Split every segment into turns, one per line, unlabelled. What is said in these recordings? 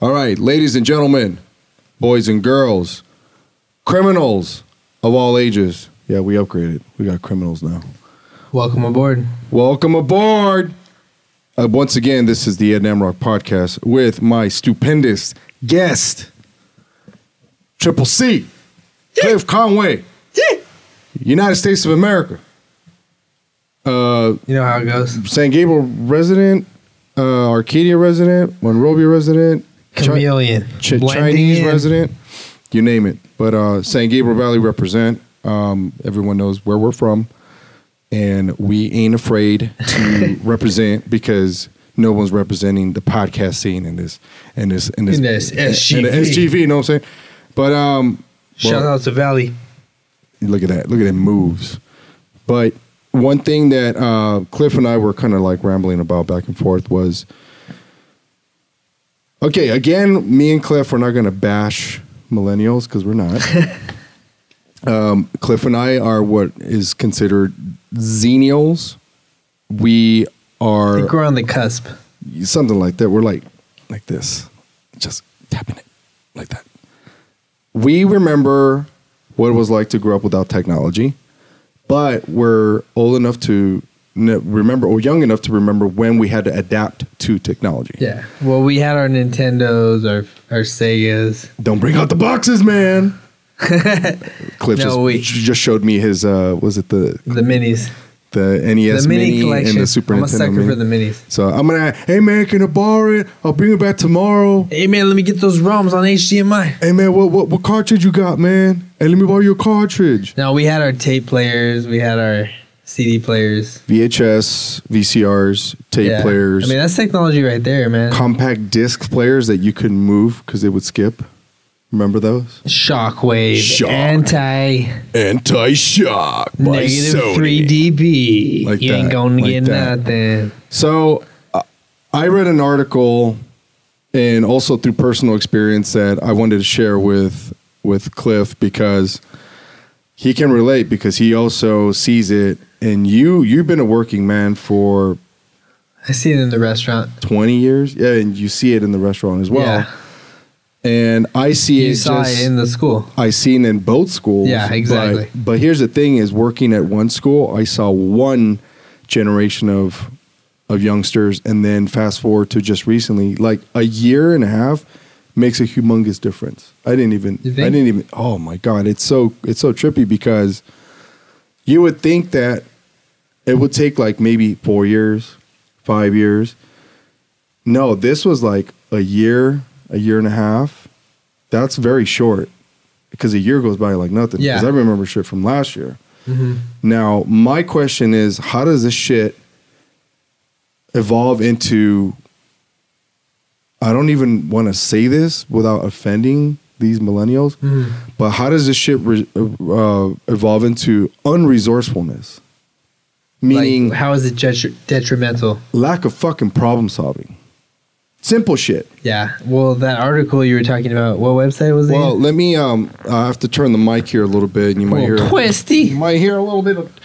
All right, ladies and gentlemen, boys and girls, criminals of all ages. Yeah, we upgraded. We got criminals now.
Welcome aboard.
Welcome aboard. Uh, once again, this is the Ed Namrock podcast with my stupendous guest, Triple C, Cliff Conway, United States of America, uh,
You know how it goes.
San Gabriel resident, uh, Arcadia resident, Monrovia resident, Chi-
Chameleon.
Ch-
Blend
Chinese
in.
resident, you name it. But uh, San Gabriel Valley represent. Um, everyone knows where we're from, and we ain't afraid to represent because no one's representing the podcast scene in this in this in this
In this
in the
SGV.
SGV. You know what I'm saying? But um,
Shout
well-
out to Valley.
look at that look at it moves but one thing that uh, cliff and i were kind of like rambling about back and forth was okay again me and cliff are not going to bash millennials because we're not um, cliff and i are what is considered xenials we are
Like we're on the cusp.
something like that. We're like, like this, just tapping it like that. We remember what it was like to grow up without technology, but we're old enough to ne- remember or young enough to remember when we had to adapt to technology.
Yeah. Well, we had our Nintendos, our our Segas.
Don't bring out the boxes, man. Cliff
No,
just,
we-
just showed me his uh was it the
The minis,
the NES
the mini,
mini,
collection.
and the Super
I'm a
Nintendo
sucker
mini.
for the minis.
so I'm gonna hey man can I borrow it I'll bring it back tomorrow
Hey man, let me get those ROMs on HDMI.
Hey man, what what what cartridge you got, man? Hey, let me borrow your cartridge.
No, we had our tape players. We had our CD players.
VHS, VCRs, tape
Yeah.
players,
I mean, that's technology right there, man.
compact disc players that you couldn't move because they would skip. Remember those?
Shockwave,
Shock.
anti
Anti shock
negative three dB.
Like
you ain't
that,
gonna
like
get
that.
nothing.
So uh, I read an article and also through personal experience that I wanted to share with with Cliff because he can relate because he also sees it and you you've been a working man for
I see it in the restaurant.
20 years. Yeah, and you see it in the restaurant as well.
Yeah.
And I see
You
it
saw
just-
it in the school.
I seen in both schools.
Yeah,
but-
exactly.
But, here's the thing is working at one school, I saw one generation of of youngsters and then fast forward to just recently, like a year and a half makes a humongous difference. I didn't even I
You think?
didn't even oh my god, it's so it's so trippy because you would think that it would take like maybe 4 years, 5 years. No, this was like a year, a year and a half. That's very short because a year goes by like nothing.
Yeah.
Because I remember shit from last year. Now, my question is how does this shit evolve into? I don't even want to say this without offending these millennials, but how does this shit re- uh, evolve into unresourcefulness? Meaning,
like, how is it detri- detrimental?
lack of fucking problem solving. Simple shit.
Yeah. Well, that article you were talking about, what website was it?
Well,
again?
let me. Um, I have to turn the mic here a little bit, and you might hear.
Well,
You
twisty.
might hear a little bit of.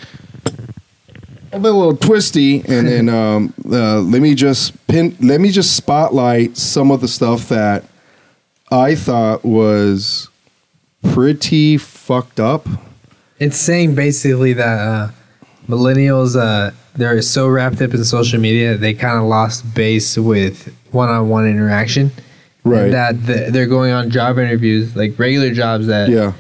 A little, little twisty, and then um, uh, let me just pin. Let me just spotlight some of the stuff that I thought was pretty fucked up.
It's saying basically that uh, millennials uh, they're so wrapped up in social media they kind of lost base with one-on-one interaction.
Right.
And that th- they're going on job interviews, like regular jobs that
Yeah,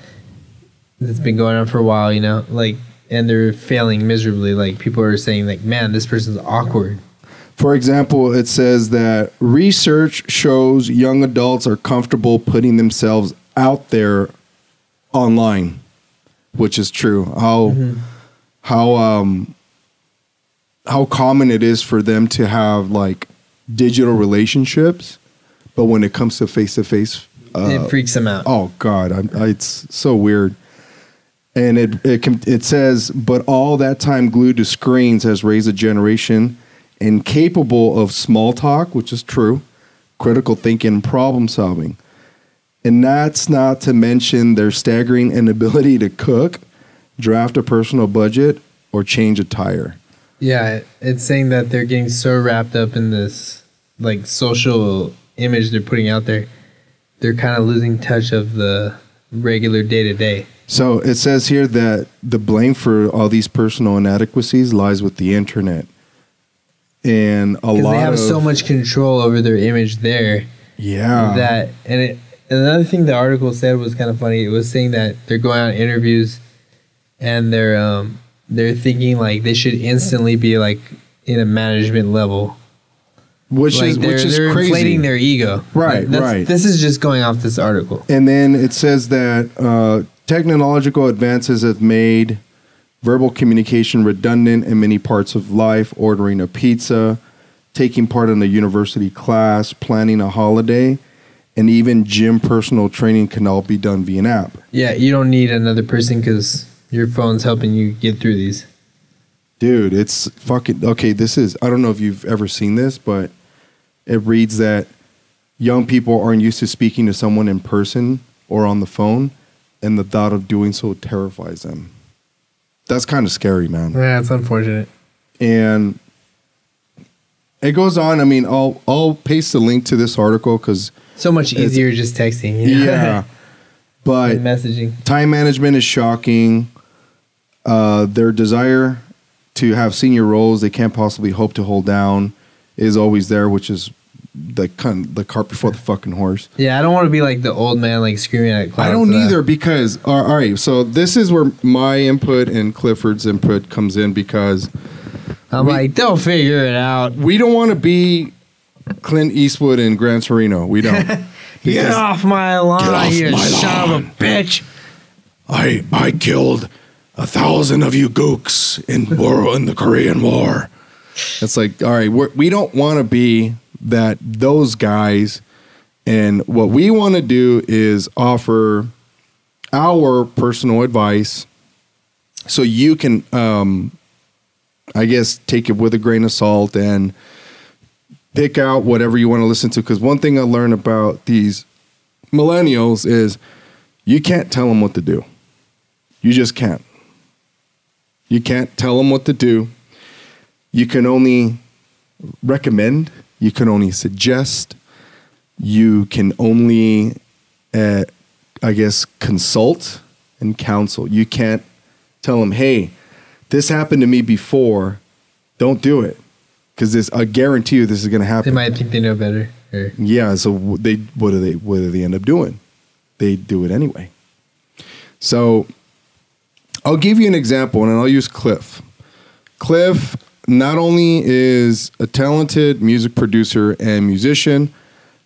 that's been going on for a while, you know, like and they're failing miserably. Like people are saying, like, man, this person's awkward.
For example, it says that research shows young adults are comfortable putting themselves out there online, which is true. How how um how common it is for them to have like digital relationships, but when it comes to uh, face to face,
it freaks them out.
oh god, I'm, I, it's so weird. And it it com- it says, but all that time glued to screens has raised a generation incapable of small talk, which is true, critical thinking, problem solving, and that's not to mention their staggering inability to cook, draft a personal budget, or change a tire.
Yeah, it's saying that they're getting so wrapped up in this like social image they're putting out there, they're kind of losing touch of the regular day to day.
So it says here that the blame for all these personal inadequacies lies with the internet, and a
Because
lot
they have
of
so much control over their image there
yeah
that and it, another thing the article said was kind of funny. It was saying that they're going on interviews and they're um they're thinking like they should instantly be like in a management level.
which
like
is
they're,
which is
they're
crazy.
inflating their ego.
Right,
Like, that's-
right.
This is just going off this article.
And then it says that uh, technological advances have made verbal communication redundant in many parts of life, ordering a pizza, taking part in a university class, planning a holiday, and even gym personal training can all be done via an app.
Yeah, you don't need another person because your phone's helping you get through these.
Dude, it's fucking okay. This is, I don't know if you've ever seen this, but it reads that young people aren't used to speaking to someone in person or on the phone, and the thought of doing so terrifies them. That's kind of scary, man.
Yeah, it's unfortunate.
And it goes on. I mean, I'll I'll paste the link to this article because
So much
It's-
easier just texting. You know?
yeah, but
And messaging.
time management is shocking. Uh, their desire to have senior roles they can't possibly hope to hold down is always there, which is the con- the cart before the fucking horse.
Yeah, I don't want to be like the old man like screaming at clouds.
I don't
uh,
either because all all right. So this is where my input and Clifford's input comes in because
I'm
We-
like, they'll figure it out.
we don't want to be Clint Eastwood and Gran Torino. We don't.
Get
Because-
off my lawn,
off
you
my
son
lawn.
of a bitch.
I I killed a thousand of you gooks in war in the Korean War. It's like, all right, we're, we don't want to be that those guys, and what we want to do is offer our personal advice, so you can, um, I guess, take it with a grain of salt and pick out whatever you want to listen to. Because one thing I learned about these millennials is you can't tell them what to do. You just can't. You can't tell them what to do. You can only recommend, you can only suggest, you can only, uh, I guess, consult and counsel. You can't tell them, hey, this happened to me before, don't do it. Because this, I guarantee you, this is going to
They
happen.
might think they know better. Or,
Yeah. So w- they what do they what do they end up doing? They do it anyway. So I'll give you an example, and I'll use Cliff. Cliff not only is a talented music producer and musician,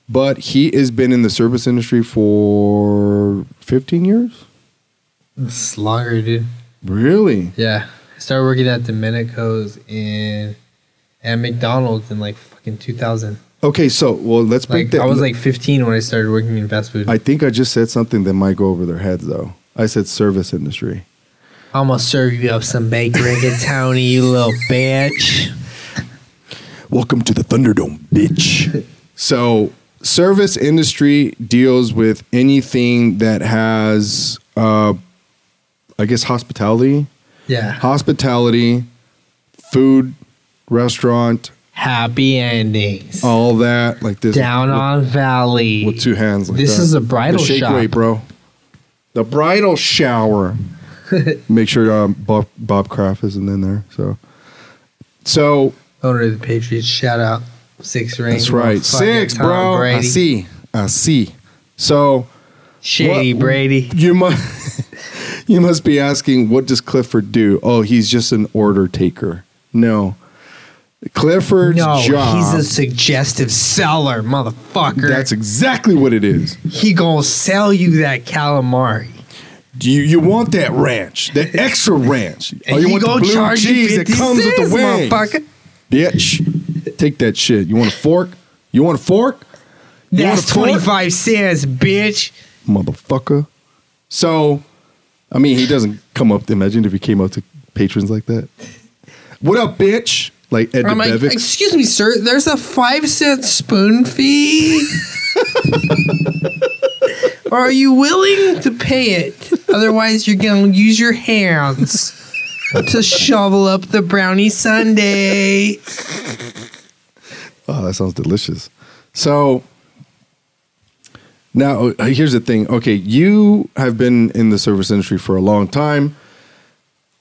but he has been in the service industry for 15 years.
it's longer, dude.
Really?
Yeah. I started working at Domenico's in at McDonald's in like fucking 2000.
Okay. So well, let's break
Like,
that.
I was like 15 when I started working in fast food.
I think I just said something that might go over their heads, though. I said service industry.
I'm gonna serve you up some baked rigatoni, you little bitch.
Welcome to the Thunderdome, bitch. so, service industry deals with anything that has, uh, I guess, hospitality,
Yeah.
hospitality, food, restaurant,
Happy endings.
all that. Like this,
Down
Oh, with,
on Valley.
with two hands. Like
This
is
is a bridal
shake
shop.
weight, bro. The bridal shower. Make sure um, Bob, Bob Kraft isn't in there. So, so
Owner of the Patriots. Shout out. Six rings.
That's right. Six,
Tom
bro.
Brady.
I see. I see. So
Shady
What-
Brady.
you must you must be asking, what does Clifford do? Oh, he's just an order taker. No. Clifford's
No,
job.
he's a suggestive seller, motherfucker.
that's exactly what it is.
he gonna sell you that calamari.
Oh, Do You, you want that ranch, that extra ranch.
And
oh, you
he
want the
gonna
blue
charge you
cheese that
50
comes with
cents,
the wings.
motherfucker.
Bitch, take that shit. You want a fork? You want a fork? You want
That's
a fork?
25 cents, bitch.
motherfucker. So, I mean, he doesn't come up. Imagine if he came up to patrons like that. What up, bitch? Like Ed
I'm like,
DeBevick.
excuse me, sir. There's a five cent spoon fee. Are you willing to pay it? Otherwise, you're gonna use your hands to shovel up the brownie sundae.
Oh, that sounds delicious. So, Now, uh, here's the thing. Okay, you have been in the service industry for a long time.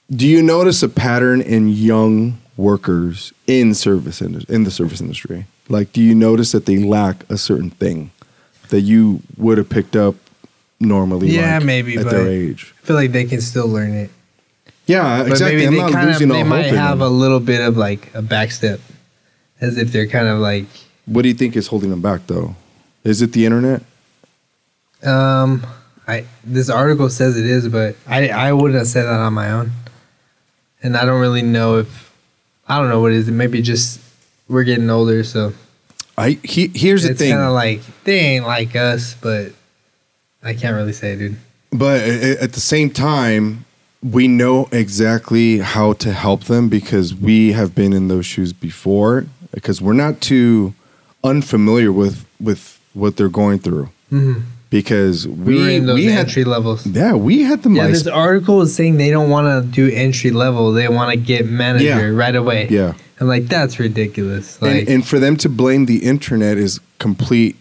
Do you notice a pattern in young workers in service in, in the service industry? Like, do you notice that they lack a certain thing that you would have picked up normally?
Yeah,
like,
maybe,
at
but-
their age.
I feel like they can still learn it.
Yeah,
But
exactly.
maybe
I'm
they
not
kind of
losing all
they
hope.
might
in
have
them.
a little bit of like a backstep, as if they're kind of like
what do you think is holding them back, though? Is it the internet?
um. I this article says it is, but I I wouldn't have said that on my own, and I don't really know if I don't know what it is. It maybe just we're getting older, so
I he, here's the
it's
thing.
kind of like they ain't like us, but I can't really say, dude.
But a- a- at the same time, we know exactly how to help them because we have been in those shoes before. Because we're not too unfamiliar with with what they're going through.
Mhm.
Because
We,
we
were in those
we had
entry levels.
yeah we had the
Yeah,
mice-
this article is saying they don't want to do entry level. They want to get manager
Yeah.
right away.
yeah.
I'm like, that's ridiculous. Like,
and, and for them to blame the internet is complete.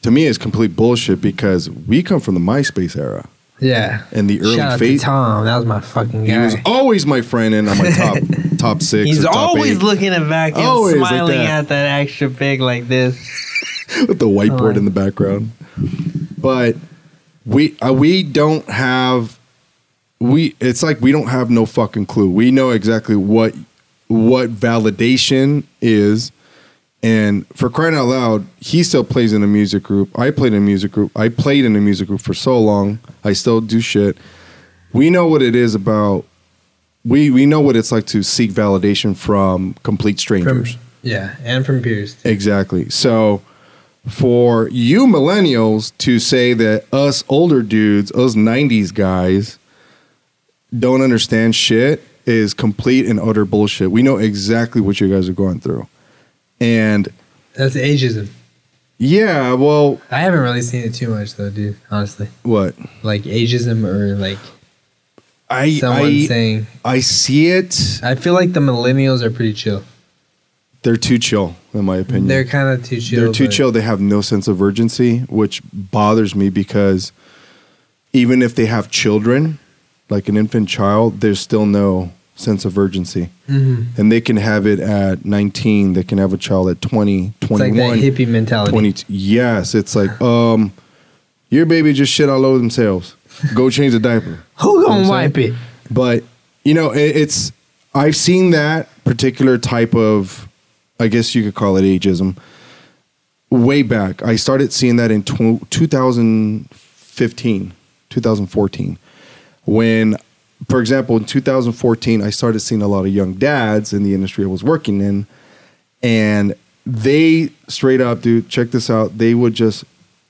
To me, is complete bullshit because we come from the MySpace era
yeah.
and the early
Shout out
phase.
to Tom. That was my fucking
He
guy.
was always my friend and on my top top six.
He's
or top
always
eight.
looking at back and
Always like
smiling
that.
at that extra pig like this.
with the whiteboard
Alright.
in the background. But we uh, we don't have we. It's like we don't have no fucking clue. We know exactly what what validation is. And for crying out loud, he still plays in a music group. I played in a music group. I played in a music group for so long. I still do shit. We know what it is about. We we know what it's like to seek validation from complete
From,
strangers.
yeah, and from Pierce.
Exactly. So for you millennials to say that us older dudes, us 90s guys, don't understand shit is complete and utter bullshit. We know exactly what you guys are going through. And
That's ageism.
yeah, well,
I haven't really seen it too much though, dude. Honestly,
what?
like ageism or like
I
someone
I,
saying.
I see it.
I feel like the millennials are pretty chill.
They're too chill in my opinion.
They're kind of too chill.
They're too
but-
chill. They have no sense of urgency, which bothers me because even if they have children, like an infant child, there's still no sense of urgency.
Mhm.
And they can have it at 19, they can have a child at 20,
It's like
21,
that hippie mentality.
22. Yes, it's like, um, your baby just shit all over themselves. Go change the diaper.
Who
You
gonna
know what I'm
wipe it?
But, you know, it, it's, I've seen that particular type of, I guess you could call it ageism way back. I started seeing that in tw- 2015, 2014. When, for example, in 2014, I started seeing a lot of young dads in the industry I was working in. And they straight up, dude, check this out. They would just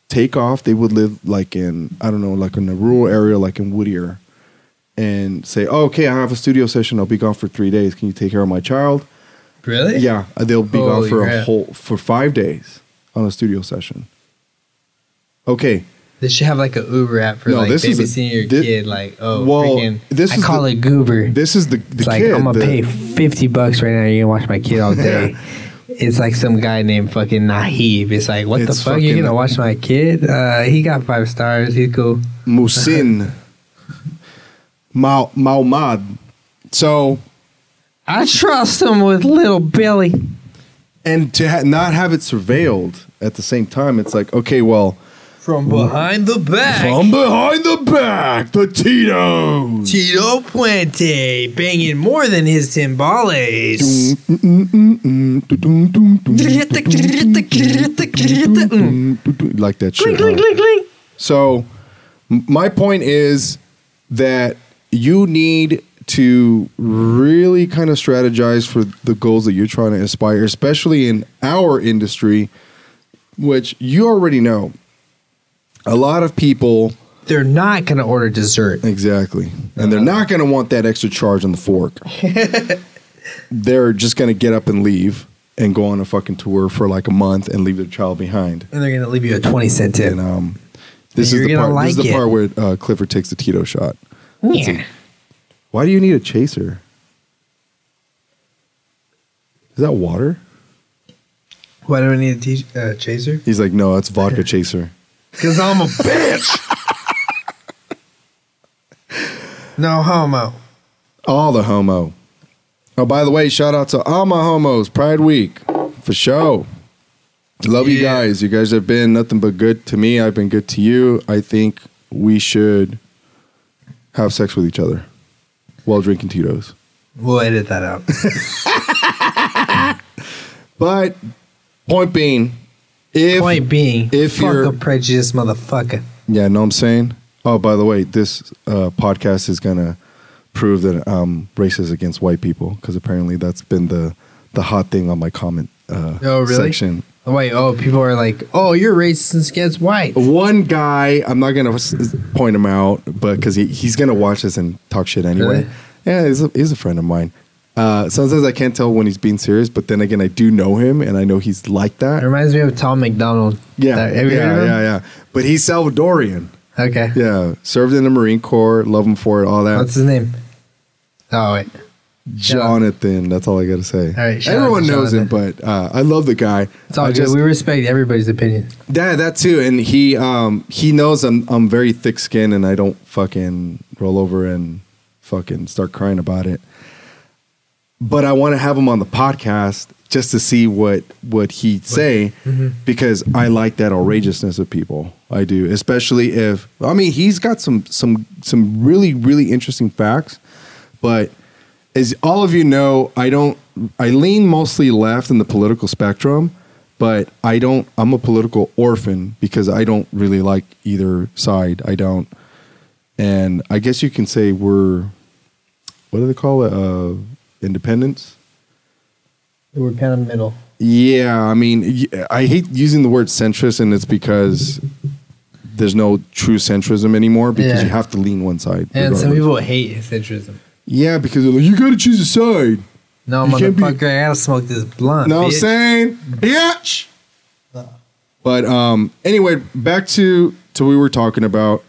take off. They would live like in, I don't know, like in a rural area, like in Whittier, and say, oh, okay, I have a studio session. I'll be gone for three days. Can you take care of my child?
Really?
Yeah, they'll be gone
Holy
for a
crap.
whole for five days on a studio session. Okay,
They should have like a Uber app for
No,
like
this is a-
babysitting your
thi-
kid. Like, oh,
Well,
freaking,
this
I
is
call
the-
it Goober.
this is the the
it's like
kid.
I'm gonna
the-
pay fifty bucks right now. You're gonna watch my kid all day. It's like some guy named fucking Nahib. It's like, what the
It's
fuck? You're
fucking-
gonna watch my kid? Uh, he got five stars. He's cool.
Musin Mau Maumad. So
I trust him with little Billy.
and to ha- not have it surveilled at the same time, it's like okay, well,
From behind the back.
from behind the back, the Tito's.
Tito Puente banging more than his timbales.
Like that shit. huh? So, m- my point is that you need to really kind of strategize for the goals that you're trying to aspire, especially in our industry, which you already know. A lot of people,
They're not gonna order dessert.
exactly, and they're not going to want that extra charge on the fork. they're just going to get up and leave and go on a fucking tour for like a month and leave their child behind.
And they're gonna leave you a twenty cent tip.
And um, this
You're
is the
gonna
part. this
like
is the
it.
part where uh, Clifford takes the Tito shot.
Yeah.
Why do you need a chaser? Is that water?
Why do I need a t- uh, chaser?
He's like, no, that's vodka chaser.
Because I'm a bitch. no homo.
All the homo. Oh, by the way, shout out to all my homos. Pride Week for show. Love you
Yeah.
guys. You guys have been nothing but good to me. I've been good to you. I think we should have sex with each other while drinking Tito's.
We'll edit that out.
But point being, if
Point being,
if
fuck
you're-
a prejudiced motherfucker.
Yeah, know what I'm saying? Oh, by the way, this uh, podcast is gonna prove that I'm racist against white people because apparently that's been the the hot thing on my comment uh,
Oh, really?
section.
Oh, wait, oh, people are like, oh, you're racist against white.
One guy, I'm not gonna s- point him out, but because he, he's gonna watch this and talk shit anyway.
Really?
Yeah, he's a, he's a friend of mine. Uh, sometimes I can't tell when he's being serious, but then again, I do know him and I know he's like
It
that.
reminds me of Tom McDonald.
Yeah,
That-
yeah,
have you heard
yeah,
of him?
yeah. But he's Salvadorian.
Okay.
Yeah, served in the Marine Corps. Love him for it. All that.
What's his name? Oh, wait.
Jonathan. That's all I gotta say.
All right, shout out
Everyone
to
knows him, but uh, I love the guy.
It's all
I
good.
just-
we respect everybody's opinion.
yeah, that too. And he um, he knows I'm I'm very thick skinned and I don't fucking roll over and fucking start crying about it. But I want to have him on the podcast just to see what what he'd say
Mm-hmm.
because I like that outrageousness of people. I do, especially if I mean he's got some some some really really interesting facts, but as all of you know, I don't. I lean mostly left in the political spectrum, but I don't. I'm a political orphan because I don't really like either side. I don't, and I guess you can say we're what do they call it? Uh, independence.
We're kind of middle.
Yeah, I mean, y- I hate using the word centrist, and it's because there's no true centrism anymore because
Yeah.
you have to lean one side.
And some
regardless.
people hate centrism.
yeah, because they're like, you got to choose a side.
No,
You can't be-
motherfucker, I gotta smoke this blunt.
No, I'm
bitch.
saying, bitch. But um, anyway, back to to what we were talking about.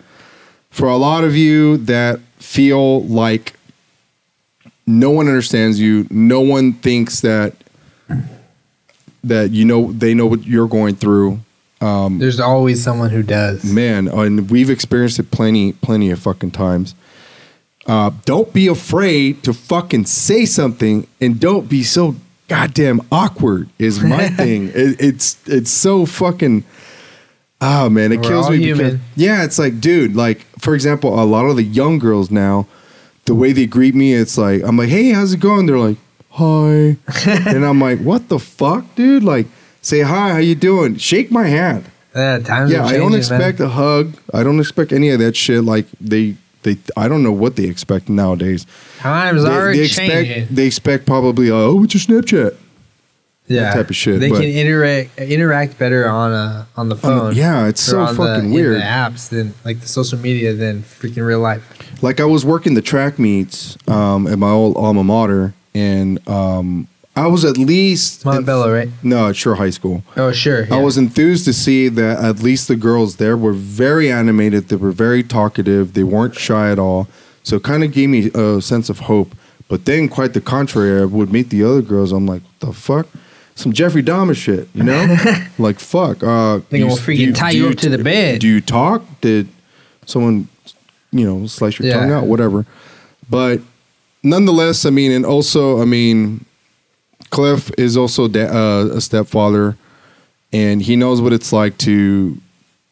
For a lot of you that feel like no one understands you, no one thinks that that you know they know what you're going through.
There's always someone who does.
Man, and we've experienced it plenty, plenty of fucking times. Uh, don't be afraid to fucking say something, and don't be so goddamn awkward. Is my thing. It, it's it's so fucking. Ah man, it
We're
kills
all
me.
human.
yeah, it's like, dude, like for example, a lot of the young girls now, the way they greet me, it's like I'm like, hey, how's it going? They're like, hi, and I'm like, what the fuck, dude? Like, say hi, how you doing? Shake my hand
Yeah, times
yeah,
are
I don't
changing,
expect
Man.
a hug. I don't expect any of that shit. Like they, they, I don't know what they expect nowadays.
Times
they,
are
they expect,
changing.
they expect probably, oh, what's your Snapchat?
yeah,
type of shit,
They
but-
can interact interact better on uh, on the phone.
yeah, it's
or
so
on the-
fucking
in
weird.
The apps than like the social media than freaking real life.
Like I was working the track meets um, at my old alma mater, and um, I was at least
Montebello, right?
No, at Shore High School.
Oh sure.
I
yeah.
was enthused to see that at least the girls there were very animated. They were very talkative. They weren't shy at all. So it kind of gave me a sense of hope. But then, quite the contrary, I would meet the other girls. I'm like, what the fuck? Some Jeffrey Dahmer shit, you know? like, fuck. Uh,
They gonna freaking tie you up to the bed.
Do you talk? Did someone, you know, slice your
Yeah.
tongue out? Whatever. But nonetheless, I mean, and also, I mean, Cliff is also da- uh, a stepfather, and he knows what it's like to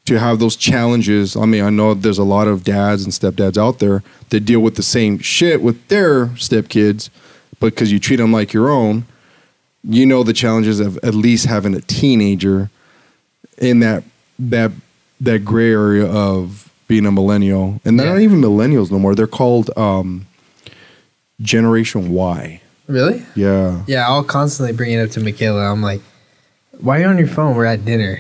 to have those challenges. I mean, I know there's a lot of dads and stepdads out there that deal with the same shit with their stepkids, but because you treat them like your own, you know the challenges of at least having a teenager in that that that gray area of being a millennial, and they're
Yeah.
not even millennials no more. They're called um, Generation Y.
really.
Yeah.
Yeah, I'll constantly bring it up to Michaela. I'm like, why are you on your phone? We're at dinner.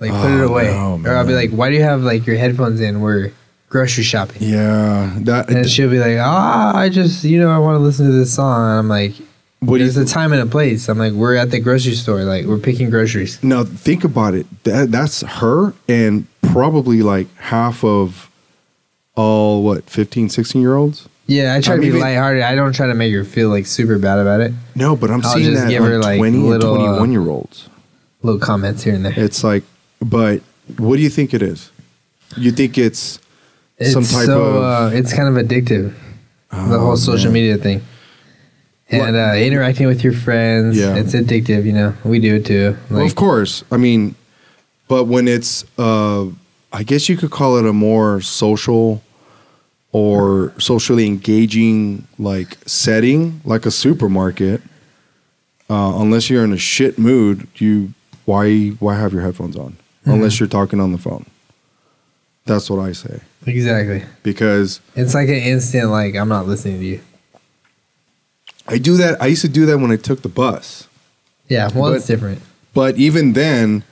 Like, put
Oh,
it away.
no,
or I'll be
man.
like, why do you have like your headphones in? We're grocery shopping.
Yeah, that.
And she'll be like, ah, I just, you know, I want to listen to this song. And I'm like,
what do you
there's a time and a place. I'm like, we're at the grocery store. Like, we're picking groceries.
now think about it. That that's her and probably like half of all what 15, 16 year olds.
Yeah, I try
I'm
to be
even-
lighthearted. I don't try to make her feel like super bad about it.
No, but I'm
I'll
seeing
just
that
give
on
her, like,
twenty
little, uh,
and twenty one year olds.
Little comments here and there.
It's like, but What do you think it is? You think it's
It's
some type
so,
of
uh, it's kind of addictive. the whole
Oh,
social
man.
media thing. And uh, interacting with your friends,
Yeah.
it's addictive. You know, we do it too. Like,
well, of course. I mean, but when it's, uh, I guess you could call it a more social or socially engaging like setting, like a supermarket. Uh, unless you're in a shit mood, you why why have your headphones on? Unless you're talking on the phone. That's what I say
exactly.
because
It's like an instant. Like I'm not listening to you.
I do that. I used to do that when I took the bus.
Yeah, well,
But-
it's different.
But even then,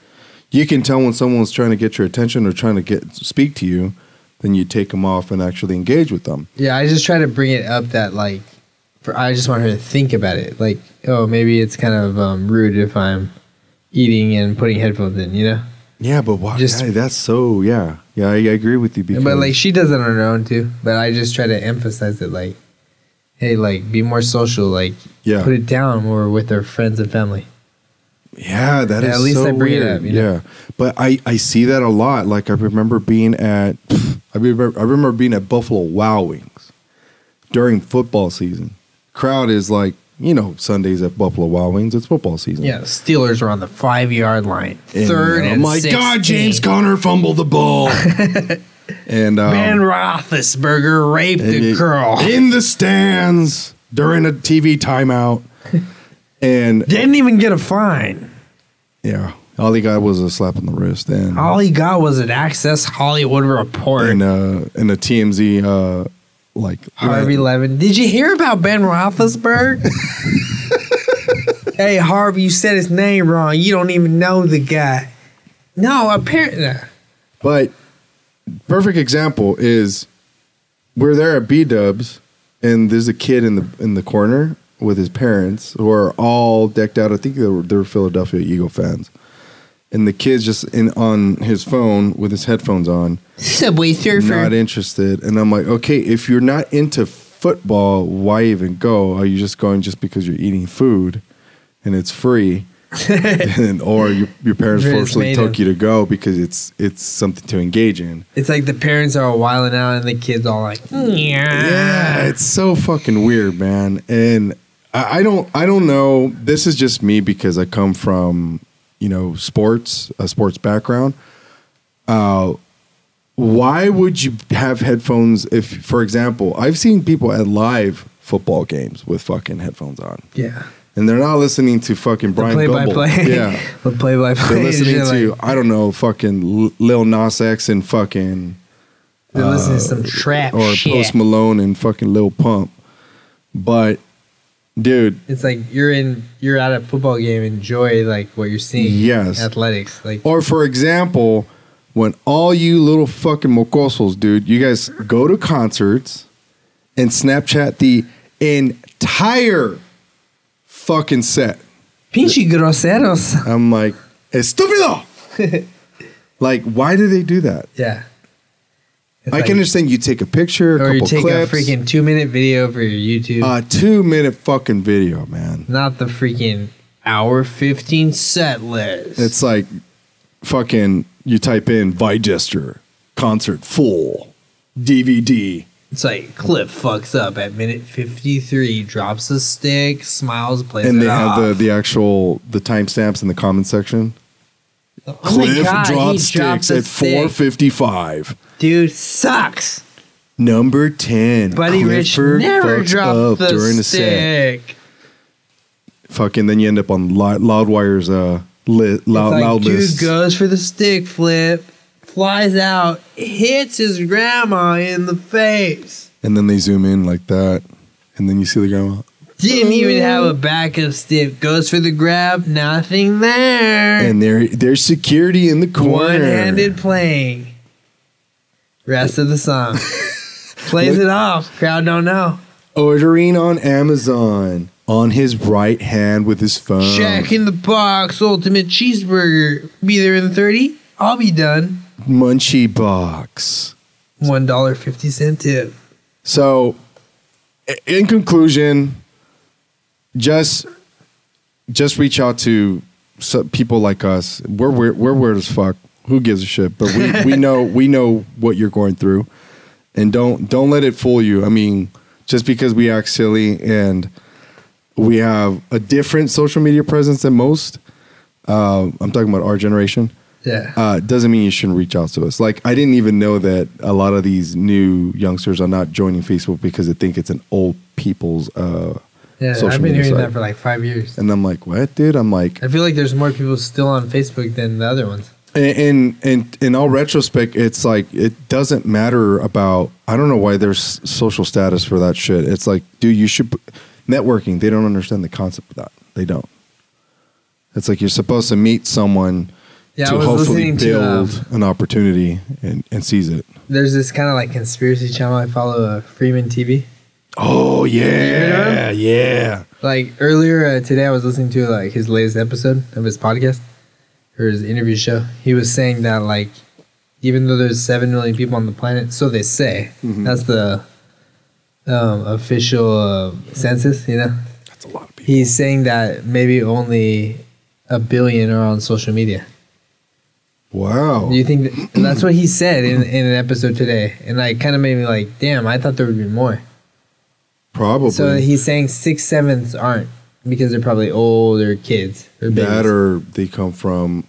you can tell when someone's trying to get your attention or trying to get speak to you, then you take them off and actually engage with them.
Yeah, I just try to bring it up that like, for I just want her to think about it. Like, oh, maybe it's kind of um, rude if I'm eating and putting headphones in. You know,
Yeah, but why?
Just-
yeah, that's so. Yeah, yeah, I, I agree with you. Because
but like she does it on her own too. But I just try to emphasize it. Like, hey, like be more social. Like,
yeah,
put it down when we're with our friends and family.
Yeah, that is
Yeah, at least
so
they bring it
weird.
up, you know?
Yeah, but I I see that a lot. Like I remember being at I remember I remember being at Buffalo Wild Wings during football season. Crowd is like you know Sundays at Buffalo Wild Wings. It's football season.
Yeah, Steelers are on the five yard line,
And,
third
uh,
and
my
16.
God, James Conner fumbled the ball. and um,
Ben Roethlisberger raped
and
the
it-
girl.
in the stands during a TV timeout. and
Didn't even get a fine.
yeah, all he got was a slap on the wrist. And
All he got was an Access Hollywood report.
and uh and a TMZ uh like
Harvey Levin. Did you hear about Ben Roethlisberger? hey, Harvey, you said his name wrong. You don't even know the guy. No, apparently.
But perfect example is we're there at B Dubs and there's a kid in the in the corner with his parents who are all decked out. I think they were, they were Philadelphia Eagle fans. And the kid's just in on his phone with his headphones on,
Subway
not interested. And I'm like, okay, if you're not into football, why even go? Are you just going just because you're eating food and it's free? and, or your, your parents
Just
forcibly
made
took
him.
you to go because it's it's something to engage in.
It's like the parents are wilding out and the kids all like,
Yeah,
yeah.
it's so fucking weird, man. And I, I don't, I don't know. This is just me because I come from, you know, sports, a sports background. Uh, why would you have headphones? If, for example, I've seen people at live football games with fucking headphones on,
Yeah.
and they're not listening to fucking
The
Brian
play by
Gumble.
play.
Yeah,
The play by play.
they're listening to I don't know, fucking L- Lil Nas X and fucking
They're listening to some
uh,
trap
or
shit.
Post Malone and fucking Lil Pump. But dude,
it's like you're in, you're at a football game. Enjoy like what you're seeing.
Yes.
athletics. Like
or for example, when all you little fucking mocosos, dude, you guys go to concerts and Snapchat the entire fucking set.
pinchy groseros.
I'm like, estupido. like, why do they do that?
Yeah, It's
I
like-
can understand you take a picture, a
Or
couple
you take
clips, Uh,
a freaking two minute video for your YouTube,
a two minute fucking video, man.
not the freaking hour fifteen set list.
It's like fucking you type in Vigester concert full DVD.
It's like Cliff fucks up at minute fifty three, drops a stick, smiles, plays
and
it
they have the
off.
the actual the timestamps in the comment section.
Oh my
Cliff
God, he
dropped
dropped
sticks
a
at
stick.
455.
Dude sucks.
Number 10.
Buddy Rich
Clifford
never
fucks
dropped the
during the set.
stick.
Fucking then you end up on Li- Loudwire's uh li-
It's
loud
like,
loud
dude
list.
goes for the stick flip, flies out, hits his grandma in the face.
And then they zoom in like that. And then you see the grandma.
Didn't even have
Mm.
a backup stick. Goes for the grab, nothing there.
And there there's security in the corner.
One-handed playing. Rest of the song. Plays it off. Crowd don't know.
ordering on Amazon on his right hand with his phone.
Jack in the box, ultimate cheeseburger. Be there in 30. I'll be done.
Munchie box.
$1.50 tip.
So, i- in conclusion, just just reach out to so- people like us. We're weird, we're weird as fuck. who gives a shit? But we, we know we know what you're going through, and don't don't let it fool you. I mean, just because we act silly and we have a different social media presence than most, uh, I'm talking about our generation.
Yeah.
Uh, doesn't mean you shouldn't reach out to us. Like I didn't even know that a lot of these new youngsters are not joining Facebook because they think it's an old people's. Uh,
yeah.
social
I've been
media
hearing
site.
that for like five years.
and I'm like, what, dude? I'm like,
I feel like there's more people still on Facebook than the other ones.
in in in all retrospect, it's like it doesn't matter about. I don't know why there's social status for that shit. It's like, dude, you should networking. They don't understand the concept of that. They don't. It's like you're supposed to meet someone
Yeah,
to
I was
hopefully
listening
build
to. Um,
an opportunity and, and seize it.
there's this kind of like conspiracy channel I follow, uh, Freeman TV.
Oh yeah,
Yeah.
yeah.
Like earlier uh, today, I was listening to like his latest episode of his podcast or his interview show. He was saying that like, even though there's seven million people on the planet, so they say
Mhm.
that's the um, official uh, census. You know,
That's a lot of people.
he's saying that maybe only a billion are on social media.
Wow.
Do you think that, that's what he said in, in an episode today? And like, kind of made me like, damn, I thought there would be more.
Probably
So he's saying six sevenths aren't because they're probably old or kids or babies.
that, or they come from,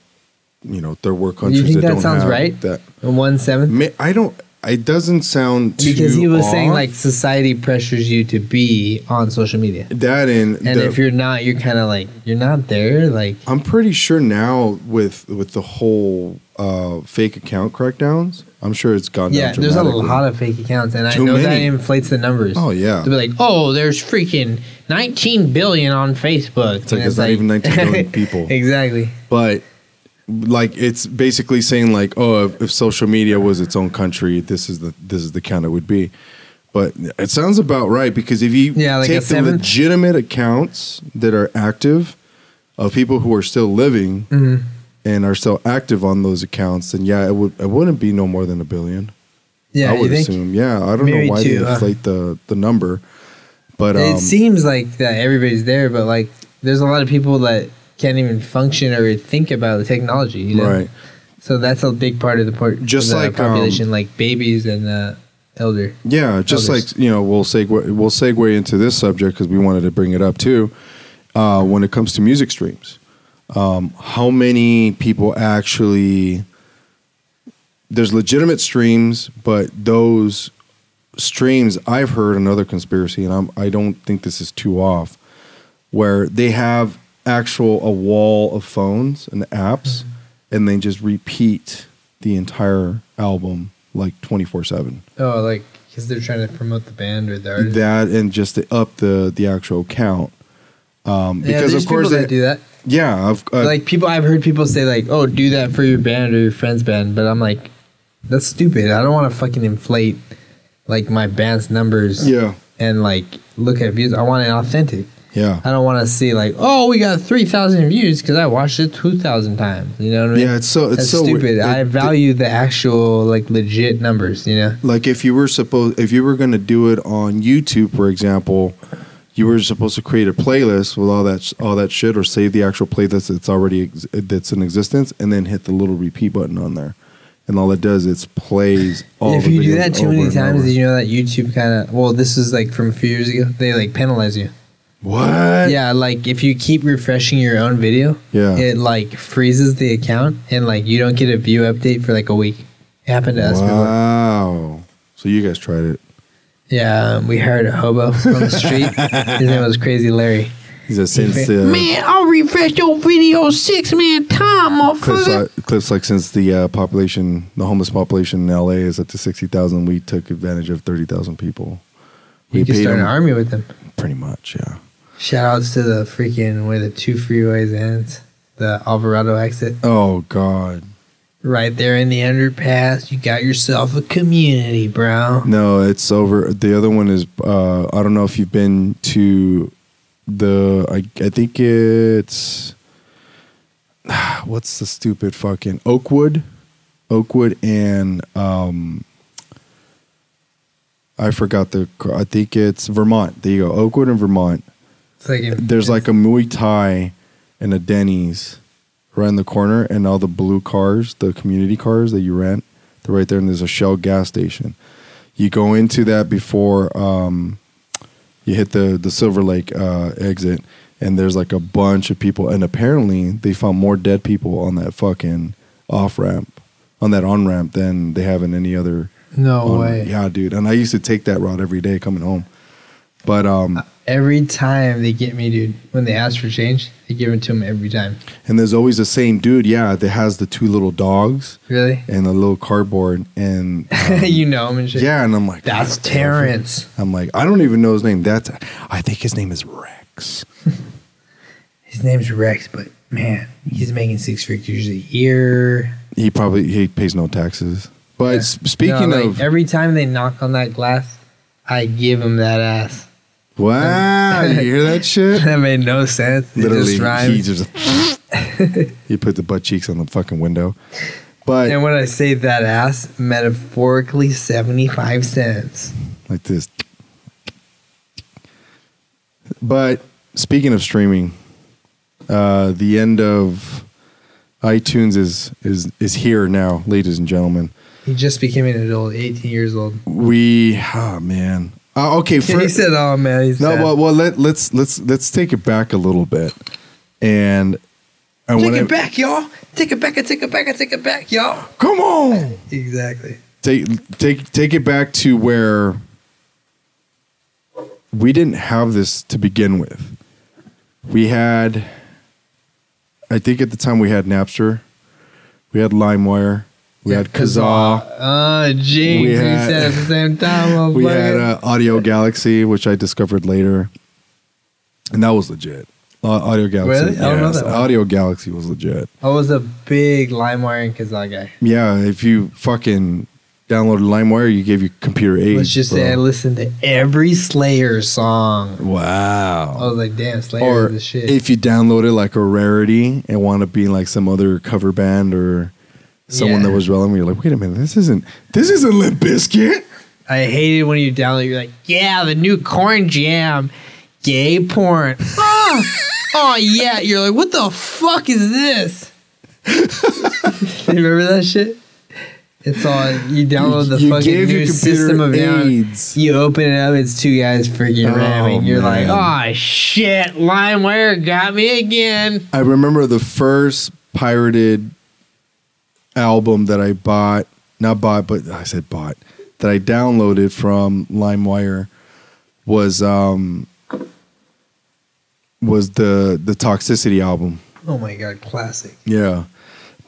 you know, third world countries.
think that
don't
sounds
have
right?
That
And one seventh
Ma- I don't. It doesn't sound too
because he was saying
off.
like society pressures you to be on social media,
that. And,
and
the-
if you're not, you're kind of like you're not there. Like
I'm pretty sure now with with the whole uh, fake account crackdowns, I'm sure Oh, it's gone.
yeah,
down
there's a
dramatically.
lot of fake accounts, and I
Too
know that
many.
inflates the numbers.
Oh yeah,
To be like, oh, there's freaking 19 billion on Facebook.
It's like, it's not even 19 billion people.
exactly.
but like it's basically saying like, oh, if, if social media was its own country, this is the this is the count it would be. But it sounds about right because if you
Yeah, like a
take the
seventh?
legitimate accounts that are active of people who are still living,
hmm
and are still active on those accounts, then yeah, it would it wouldn't be no more than a billion.
Yeah,
I
you
would
think?
assume. Yeah, I don't
Maybe
know why
two, uh.
they
huh?
inflate the the number, but um,
it seems like that everybody's there, but like there's a lot of people that can't even function or think about the technology. You know?
right.
So that's a big part of the part.
Just
the
like, um,
population, like babies and uh, elder.
Yeah, just
Others.
like you know, we'll segue we'll segue into this subject because we wanted to bring it up too. Uh, when it comes to music streams, um, how many people actually? There's legitimate streams, but those streams I've heard another conspiracy, and I'm, I don't think this is too off, where they have actual a wall of phones and apps, and they just repeat the entire album like twenty four seven.
Oh, like because they're trying to promote the band or the artist.
that and just to up the the actual count um
Yeah,
because
there's
of course
people that
they,
do that.
yeah of uh,
like people, I've heard people say like, "Oh, do that for your band or your friend's band," but I'm like, that's stupid. I don't want to fucking inflate like my band's numbers
yeah
and like look at views. I want it authentic.
yeah
I don't want to see like, oh, we got three thousand views because I watched it two thousand times. You know what I mean?
yeah it's so it's
That's
so weird.
stupid.
It-
I
it-
value the actual like legit numbers. You know?
like if you were supposed if you were going to do it on YouTube for example you were supposed to create a playlist with all that sh- all that shit or save the actual playlist that's already ex- that's in existence and then hit the little repeat button on there and all it does is plays all
if
the
you do
videos
that too
over
many
and
times,
over.
did you know that YouTube kind of? Well, this is like from a few years ago. They like penalize you.
what
Yeah, like if you keep refreshing your own video,
yeah
it like freezes the account and like you don't get a view update for like a week. It happened to us. before.
wow so you guys tried it
Yeah, um, we hired a hobo on the street. His name was Crazy Larry.
He's a since
fa-
uh,
Man, I'll refresh your video six man time,
clips,
motherfucker.
like, clips like since the uh, population, the homeless population in LA is up to sixty thousand. We took advantage of thirty thousand people. We
You could
paid
start an
them
army with them.
pretty much, yeah.
Shout outs to the freaking where the two freeways ends, the Alvarado exit.
Oh God,
Right there in the underpass, you got yourself a community, bro.
no, it's over. The other one is uh, I don't know if you've been to the. I, I think it's what's the stupid fucking Oakwood, Oakwood and um, I forgot the. I think it's Vermont. There you go, Oakwood and Vermont.
It's like in-
There's like a Muay Thai and a Denny's around the corner, and all the blue cars, the community cars that you rent, they're right there, and there's a Shell gas station. You go into that before um, you hit the the Silver Lake uh, exit, and there's like a bunch of people, and apparently they found more dead people on that fucking off ramp, on that on ramp than they have in any other.
No
on-
way.
Yeah, dude. And I used to take that route every day coming home. But um,
Every time they get me, dude, when they ask for change, they give it to them every time.
and there's always the same dude, yeah, that has the two little dogs
Really?
and a little cardboard and um,
you know him and shit.
yeah, and I'm like,
That's
"God damn it."
Terrence.
I'm like, I don't even know his name. That's I think his name is Rex.
His name's Rex, but man, he's making six figures a year.
He probably he pays no taxes. But
Yeah.
s- speaking
No, like,
of
every time they knock on that glass, I give him that ass.
wow, you hear that shit?
that made no sense. It
Literally,
just rhymed.
he just he put the butt cheeks on the fucking window. But
and when I say that ass, metaphorically seventy-five cents.
like this. But speaking of streaming, uh, the end of iTunes is is is here now, ladies and gentlemen.
He just became an adult, eighteen years old.
We ah man, uh, okay.
he
first-
said, "Oh man, he's
no,
sad."
well, well, let let's let's let's take it back a little bit, and and
take
when I-
it back, y'all. Take it back. I take it back. I take it back, y'all."
come on,
Exactly.
take take take it back to where we didn't have this to begin with. We had, I think at the time we had Napster, we had LimeWire, we had Kazaa,
Oh, jeez.
We
We
had-
said at the same time.
we had uh, Audio Galaxy, which I discovered later, and that was legit. Uh, Audio Galaxy,
Really? I don't know that one.
Audio Galaxy was legit.
I was a big LimeWire and Kazaa guy.
Yeah, if you fucking downloaded LimeWire, you gave your computer age.
Let's just say I
bro.
listened to every Slayer song.
wow.
I was like, damn, Slayer
or
is the shit.
if you download it like a rarity and want to be like some other cover band or someone
Yeah.
that was relevant, you're like, wait a minute, this isn't this isn't Limp Biscuit.
I hated when you download. You're like, yeah, the new corn jam, gay porn. oh, oh yeah. You're like, what the fuck is this? you remember that shit? It's all you download the
You
fucking
gave
new
your computer
system of
AIDS.
AIDS. You open it up, it's two guys freaking
Oh,
ramming. You're
man.
like, oh shit, LimeWire got me again.
I remember the first pirated album that I bought, not bought, but I said bought, that I downloaded from LimeWire was um was the the Toxicity album.
Oh my god, classic.
Yeah.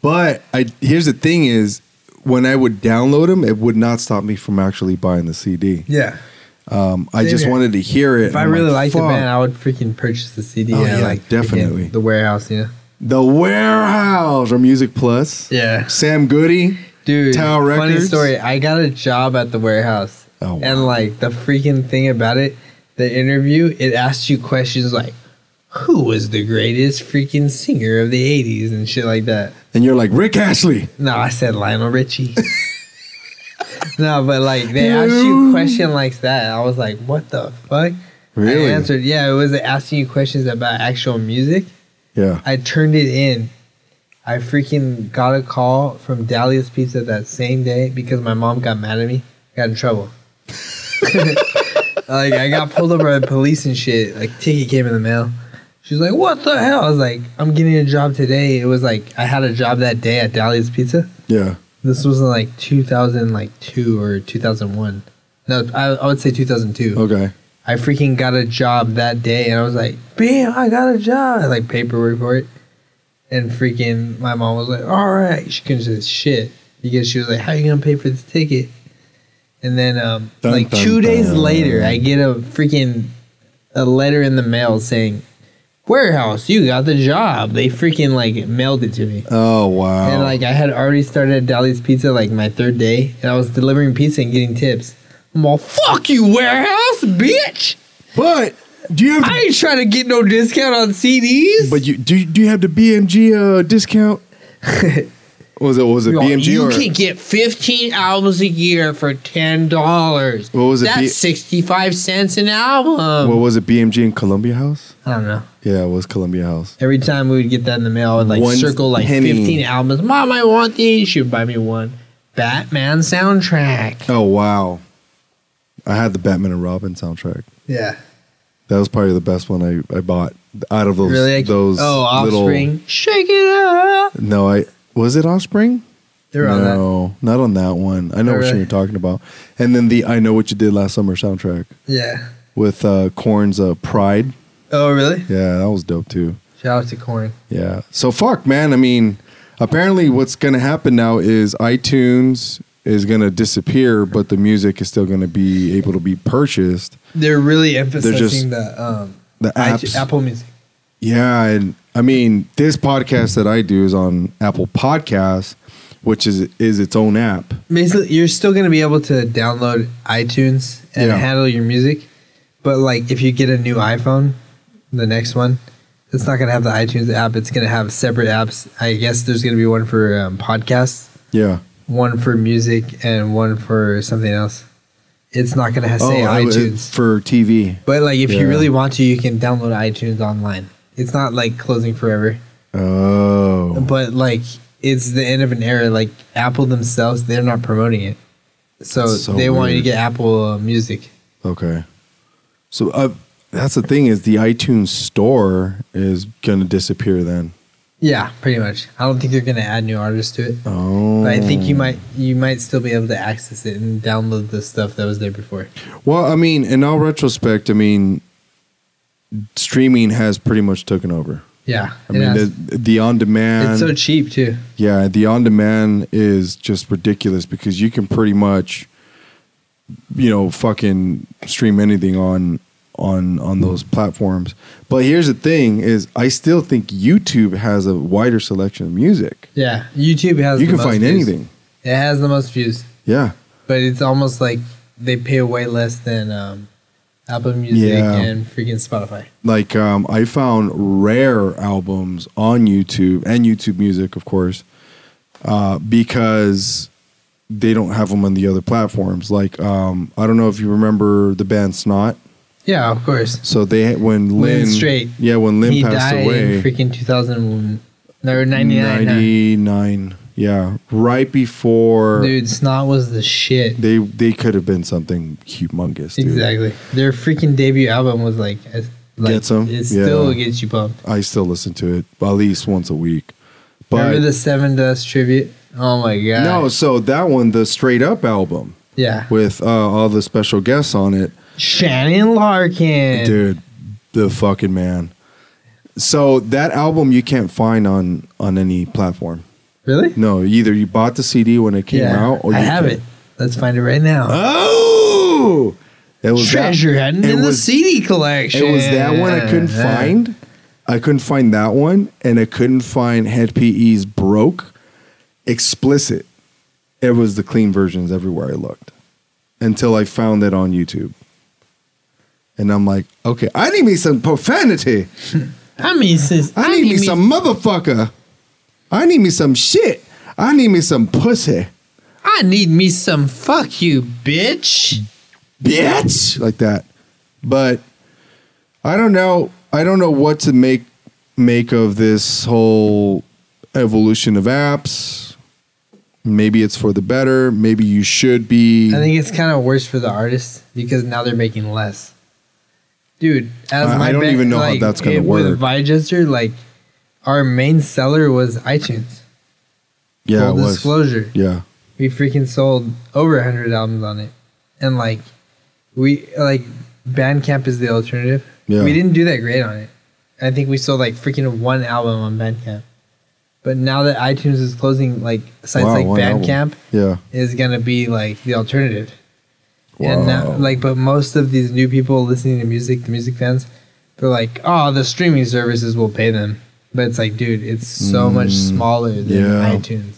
But I here's the thing is when I would download them, it would not stop me from actually buying the CD.
Yeah.
Um, I
Same
just
here.
wanted to hear it.
If I
and I'm
really liked the
"Fuck."
band, I would freaking purchase the CD.
Oh,
and
yeah,
like freaking
definitely.
the warehouse, you know.
The Warehouse or Music Plus.
Yeah,
Sam Goody.
dude.
Tower
funny
Records?
story. I got a job at the warehouse,
Oh, wow.
and like the freaking thing about it, the interview, it asked you questions like, "Who was the greatest freaking singer of the '80s?" and shit like that.
And you're like, Rick Ashley.
No, I said Lionel Richie. no, but like they asked you
You-
a question like that. I was like, "What the fuck?"
Really?
I answered, yeah. It was asking you questions about actual music.
Yeah.
I turned it in. I freaking got a call from Dalia's Pizza that same day because my mom got mad at me, got in trouble. like I got pulled over by the police and shit. Like ticket came in the mail. She's like, "What the hell?" I was like, "I'm getting a job today." It was like I had a job that day at Dalia's Pizza.
Yeah.
This was in like 2000, like two or 2001. No, I, I would say 2002.
Okay.
I freaking got a job that day, and I was like, "Bam, I got a job!" I like paperwork for it, and freaking my mom was like, "All right," she couldn't say shit because she was like, "How you gonna pay for this ticket?" And then, um,
Dun,
like
dun,
two days
dun.
later, I get a freaking a letter in the mail saying, "Warehouse, you got the job." They freaking like mailed it to me.
Oh wow.
And like I had already started at Dolly's Pizza like my third day, and I was delivering pizza and getting tips. I'm all fuck you, warehouse bitch.
but do you have
I ain't trying to get no discount on CDs.
but you do, do you have the BMG uh, discount? was it was it
Yo,
BMG
you
or
can get 15 albums a year for $10.
What was it,
That's
B-
65 cents an album.
what was it? BMG and Columbia House.
I don't know.
Yeah, it was Columbia House.
Every time we would get that in the mail, I would like
One
circle like
penny.
15 albums. Mom, I want these. She would buy me one. Batman soundtrack.
Oh wow, I had the Batman and Robin soundtrack.
Yeah.
That was probably the best one I, I bought out of those
really? I-
those
oh,
little-
Offspring. Shake it up.
No, I was it Offspring.
They're on that.
no, not on that one. I know
Oh,
what
really?
you're talking about. And then the I know what you did last summer soundtrack
Yeah.
with uh, Korn's uh, Pride.
Oh, really?
Yeah, that was dope too.
Shout out to Corn.
Yeah. So fuck, man. I mean, apparently, what's gonna happen now is iTunes is gonna disappear, but the music is still gonna be able to be purchased.
They're really emphasizing
just-
the um,
The
iTu-
apps,
Apple Music.
Yeah, and I mean, this podcast that I do is on Apple Podcasts, which is is its own app.
basically you're still going to be able to download iTunes and
Yeah.
handle your music, but like if you get a new iPhone, the next one, it's not going to have the iTunes app. It's going to have separate apps. I guess there's going to be one for um, podcasts,
Yeah.
one for music, and one for something else. It's not going to say
Oh, I- it-
iTunes,
for TV.
but like if
yeah.
you really want to, you can download iTunes online. It's not like closing forever,
Oh.
but like it's the end of an era. Like Apple themselves, they're not promoting it. So,
That's so
they want you
weird.
to get Apple uh, Music.
Okay. So uh, that's the thing is the iTunes store is going to disappear then.
Yeah, pretty much. I don't think they're gonna add new artists to it,
Oh.
but I think you might you might still be able to access it and download the stuff that was there before.
Well, I mean, in all retrospect, I mean, streaming has pretty much taken over.
Yeah,
I
it
mean,
has-
the, the on demand.
it's so cheap too.
Yeah, the on demand is just ridiculous because you can pretty much, you know, fucking stream anything on on on those platforms. But here's the thing: is I still think YouTube has a wider selection of music.
Yeah, YouTube has
you
the
can
most
find
views.
anything.
It has the most views,
Yeah,
but it's almost like they pay way less than um, Apple Music
Yeah.
and freaking Spotify.
like um, I found rare albums on YouTube and YouTube Music, of course, uh, because they don't have them on the other platforms. Like um, I don't know if you remember the band Snot.
Yeah, of course.
So they when
Lynn
Lynn,
Strait.
yeah, when Lynn
he
passed
died
away,
in freaking two thousand or ninety nine. huh?
99, yeah, right before
Dude, Snot was the shit.
they they could have been something humongous. Dude.
Exactly. Their freaking debut album was like, as- like
Gets 'em?
It still
Yeah.
gets you pumped.
I still listen to it at least once a week. But
Remember the Seven Dust tribute? Oh my god.
no, so that one, the straight up album
Yeah.
with uh, all the special guests on it,
Shannon Larkin.
dude, the fucking man. So that album you can't find on on any platform.
Really?
No, either you bought the CD when it came
yeah.
out, or
I
you
have
can't-
it. Let's find it right now.
Oh, it was that-
Treasure hunting
it
in the
was-
CD collection.
It was that one I couldn't
Yeah.
find. I couldn't find that one, and I couldn't find Head PE's broke explicit. It was the clean versions everywhere I looked until I found it on YouTube. And I'm like, okay, I need me some profanity.
I mean, sis,
I, need, me some motherfucker. I need me some shit. I need me some pussy.
I need me some. Fuck you, bitch.
bitch like that but i don't know i don't know what to make make of this whole evolution of apps maybe it's for the better maybe you should be
I think it's kind of worse for the artists because now they're making less. Dude, as
I- I
my
don't
ba-
even know how
like,
that's gonna
it-
work.
With Vigester, like our main seller was iTunes.
yeah it
Full
was
disclosure,
yeah
we freaking sold over hundred albums on it, and like we like Bandcamp is the alternative.
Yeah.
We didn't do that great on it. I think we sold like freaking one album on Bandcamp. But now that iTunes is closing, like sites
Wow,
like
one album.
Bandcamp
yeah
is gonna be like the alternative. And
Wow.
now, like, but most of these new people listening to music, the music fans, they're like, oh, the streaming services will pay them. But it's like, dude, it's so much
Mm,
smaller than
yeah.
iTunes.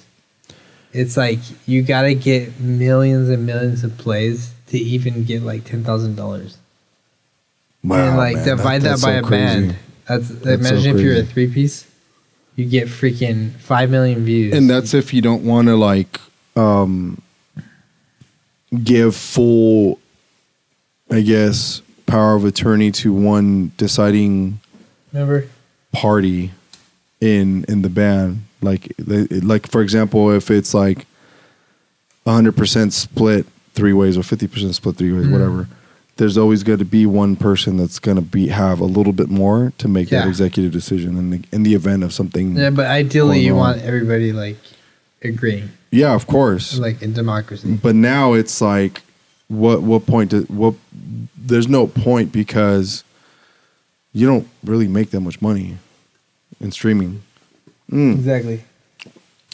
It's like, you gotta get millions and millions of plays to even get like $10,000.
Wow,
and like,
man,
divide that,
that's
by
so
a
crazy.
band. That's,
That's so
imagine if you're a
crazy.
three piece. you get freaking five million views.
and that's if you don't want to like um give full i guess power of attorney to one deciding
remember.
party in in the band like like for example if it's like 100% split three ways or 50% split three ways
Mm.
whatever there's always going to be one person that's going to be have a little bit more to make that
Yeah.
executive decision in the in the event of something
Yeah, but ideally
Going
you
on.
want everybody like agreeing,
yeah of course
like in democracy.
but now it's like what what point do, what there's no point because you don't really make that much money in streaming Mm.
Exactly.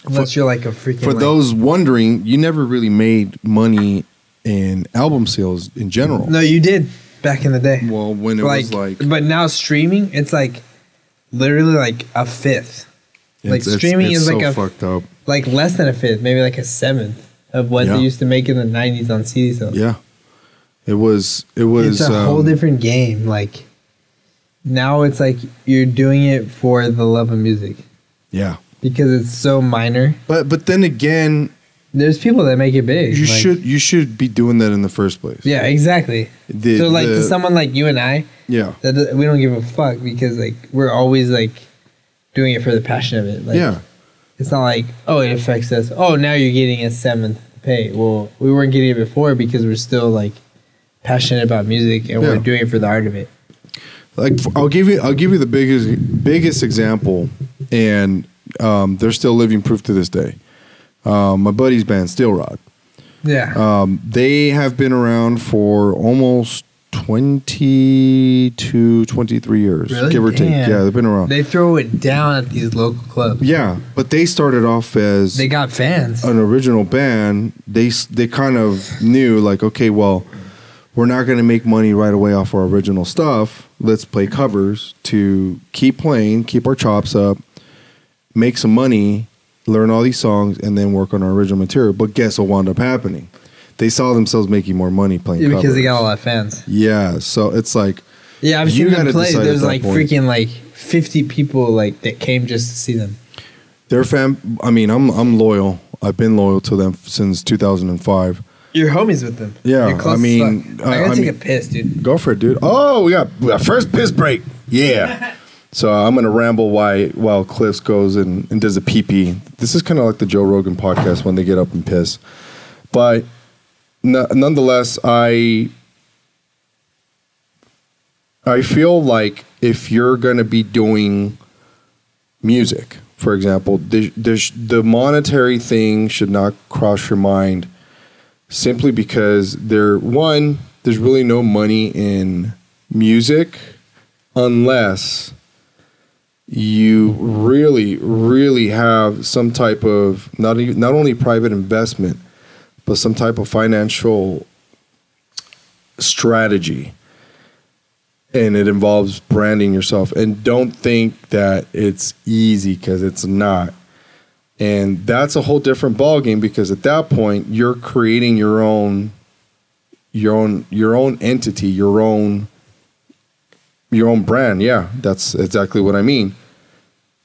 Unless you're like a freaking
for
like-
those wondering you never really made money in album sales in general
No, you did back in the day.
well when it was like
but now streaming, it's like literally like a fifth, like, streaming is like a-
fucked up
like less than a fifth, maybe like a seventh of what
Yeah.
they used to make in the '90s on CD sales.
yeah it was it was
it's a
um,
whole different game. Like now, it's like you're doing it for the love of music
yeah
because it's so minor.
but but then again
There's people that make it big.
you
like-
should you should be doing that in the first place
Yeah, exactly.
The-
so like to
the-
someone like you and I,
yeah
that that we don't give a fuck because like we're always like doing it for the passion of it. Like,
yeah
It's not like, oh, it affects us. Oh, now you're getting a seventh pay. Well, we weren't getting it before because we're still like passionate about music and we're
Yeah.
doing it for the art of it.
like f- I'll give you I'll give you the biggest biggest example, and um, they're still living proof to this day. Um, my buddy's band Steel Rod.
Yeah.
Um, they have been around for almost 22, 23 years,
Really?
give or take.
Damn.
Yeah, they've been around.
they throw it down at these local clubs.
yeah, but they started off as
They got fans.
an original band, they s- they kind of knew like, okay, well, we're not going to make money right away off our original stuff. Let's play covers to keep playing, keep our chops up, make some money, learn all these songs, and then work on our original material. But guess what wound up happening? They saw themselves making more money playing
Yeah, because
covers.
they got a lot of fans.
yeah, so it's like,
Yeah, I've
You
seen them
gotta
play.
decide at
There's
that
like
point.
freaking like 50 people like that came just to see them.
their fam. I mean, I'm I'm loyal. I've been loyal to them since 2005.
Your homies with them.
Yeah,
You're close
I
as
mean,
fuck.
I-
I gotta
I
take
mean-
a piss, dude.
Go for it, dude. Oh, we got, we got first piss break. Yeah. so I'm gonna ramble why while Cliffs goes and, and does a pee pee. This is kind of like the Joe Rogan podcast when they get up and piss. But no, nonetheless, I I feel like if you're gonna be doing music, for example, the the, the monetary thing should not cross your mind simply because there one there's really no money in music unless you really really have some type of not e- not only private investment but some type of financial strategy and it involves branding yourself and don't think that it's easy cuz it's not and that's a whole different ballgame because at that point you're creating your own your own your own entity, your own your own brand. Yeah, that's exactly what I mean.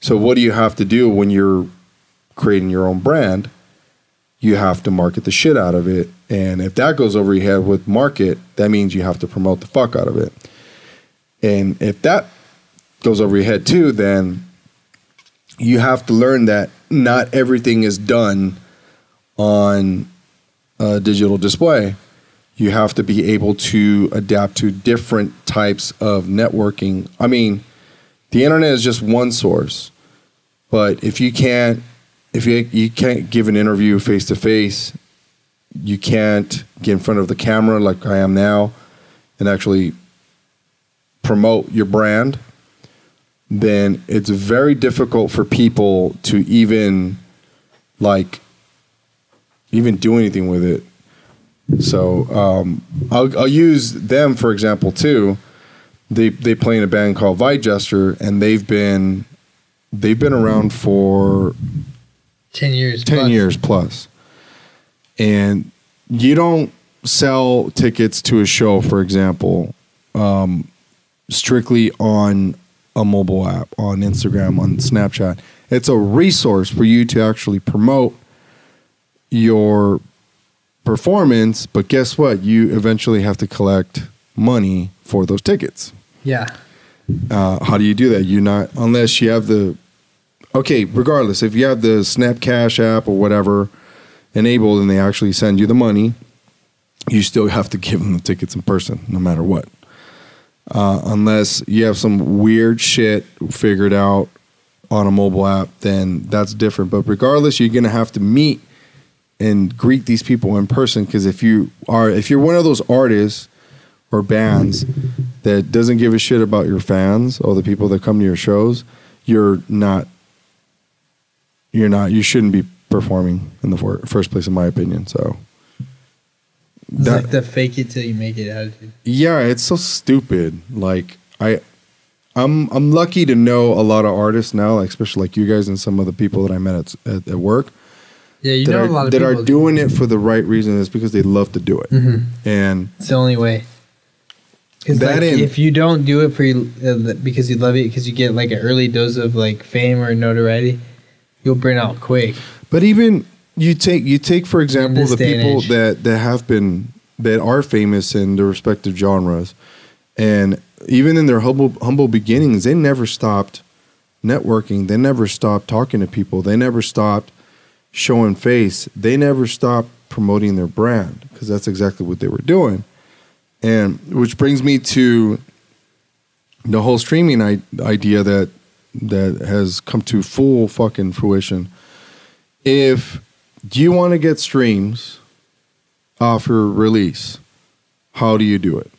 So what do you have to do when you're creating your own brand? You have to market the shit out of it. And if that goes over your head with market, that means you have to promote the fuck out of it. And if that goes over your head too, then you have to learn that not everything is done on a digital display. You have to be able to adapt to different types of networking. I mean, the internet is just one source, but if you can't, if you, you can't give an interview face to face, you can't get in front of the camera like I am now and actually promote your brand then it's very difficult for people to even like even do anything with it. So um, I'll, I'll use them for example too. They they play in a band called Vigester, and they've been they've been around for
10 years.
10
plus.
years plus. And you don't sell tickets to a show, for example, um, strictly on a mobile app, on Instagram, on Snapchat. It's a resource for you to actually promote your performance. But guess what? You eventually have to collect money for those tickets.
Yeah.
Uh, how do you do that? You're not unless you have the okay. Regardless, if you have the Snap Cash app or whatever enabled, and they actually send you the money, you still have to give them the tickets in person, no matter what. Uh, unless you have some weird shit figured out on a mobile app, then that's different. But regardless, you're gonna have to meet and greet these people in person because if you are if you're one of those artists or bands that doesn't give a shit about your fans or the people that come to your shows, you're not you're not you shouldn't be performing in the fir- first place in my opinion. So
It's
That-
like the fake it till you make it attitude.
yeah, it's so stupid. Like I I'm I'm lucky to know a lot of artists now, like especially like you guys and some of the people that I met at at, at work
Yeah, you
that
know
are
a lot of
that
people
are doing it for the right reason. It's because they love to do it.
Mhm.
And
It's the only way. Because
That
like,
and-
if you don't do it for you- uh, because you love it, because you get like an early dose of like fame or notoriety, you'll burn out quick.
but even you take you take for example
this
the
day and
people
age.
that that have been that are famous in their respective genres, and even in their humble humble beginnings, they never stopped networking. They never stopped talking to people. They never stopped showing face. They never stopped promoting their brand because that's exactly what they were doing. And which brings me to the whole streaming I- idea that that has come to full fucking fruition. If you want to get streams off your release, how do you do it?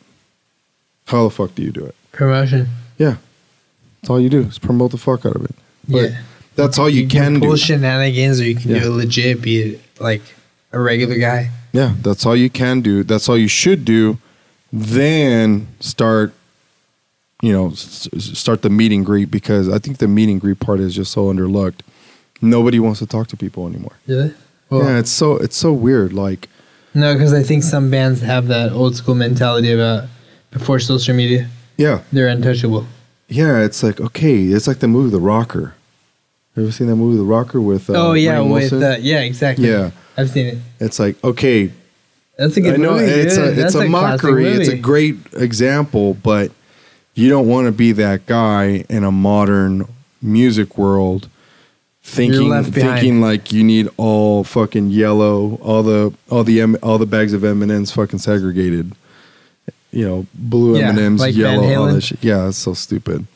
How the fuck do you do it?
Promotion.
That's all you do is promote the fuck out of it. But
yeah,
That's all you can
pull
do.
shenanigans, or you can
Yeah.
do it legit. Be it like a regular guy.
Yeah, that's all you can do. That's all you should do. Then start, you know, s- s- start the meet and greet because I think the meet and greet part is just so underlooked. Nobody wants to talk to people anymore.
Really? Well,
yeah, it's so it's so weird. Like,
No, because I think some bands have that old school mentality about before social media,
yeah,
they're untouchable.
yeah, it's like okay, it's like the movie The Rocker. Have you ever seen that movie The Rocker with? Uh,
oh yeah,
Rainn
with
Wilson?
uh, yeah, exactly.
yeah,
I've seen it.
it's like okay,
That's a good
I know
movie.
it's
dude.
a it's
That's
a,
classic
mockery. It's a
movie.
great example, but you don't want to be that guy in a modern music world thinking
left behind.
thinking like you need all fucking yellow, all the all the M, all the bags of M&Ms fucking segregated. You know, blue
Yeah,
M&Ms,
like Van
yellow, all
Halen.
that shit. Yeah, it's so stupid. Um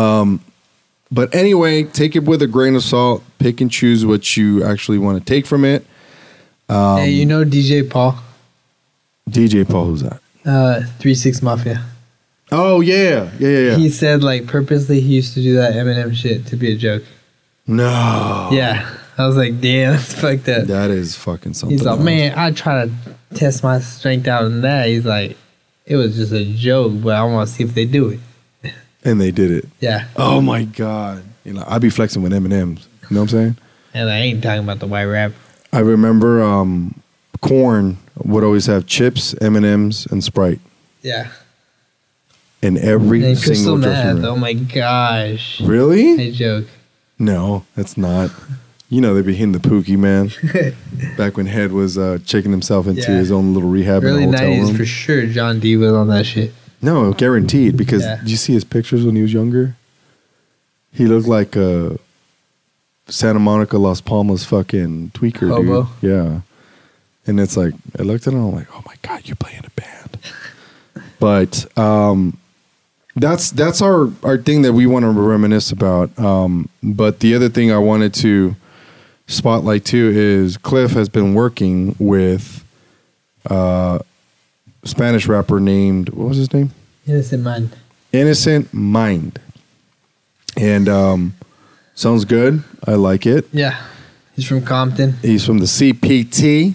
but anyway, take it with a grain of salt. Pick and choose what you actually want to take from it.
hey, you know DJ Paul,
DJ Paul, who's that?
uh, Three Six Mafia.
Oh yeah, yeah, yeah. yeah.
He said like purposely he used to do that Eminem shit to be a joke.
no.
Yeah, I was like, damn, that's fucked up.
That is fucking something.
He's like,
else.
man, I try to test my strength out in that. He's like, it was just a joke, but I want to see if they do it.
And they did it.
Yeah,
Oh my god. You know, I be flexing with M and M's. You know what I'm saying?
and I ain't talking about the white rapper.
I remember um, corn would always have chips, M and M's, and Sprite
Yeah.
in every
And
single
crystal meth.
dressing room.
Oh my gosh.
Really?
I joke.
No, that's not. You know they'd be hitting the pookie man. Back when Head was uh, checking himself into
Yeah.
his own little rehab
Early
in a hotel
nineties
room.
for sure. John D was on that shit.
No, guaranteed. Because
Yeah.
did you see his pictures when he was younger? He looked like a Santa Monica, Las Palmas fucking tweaker,
Hobo?
dude. Yeah. And it's like, I looked at him, I'm like, oh my God, you play in a band. but um, that's that's our, our thing that we want to reminisce about. Um, but the other thing I wanted to spotlight too is Cliff has been working with uh, Spanish rapper named, what was his name?
Innocent man.
Innocent Mind. And um, sounds good. I like it.
Yeah. He's from Compton.
He's from the CPT.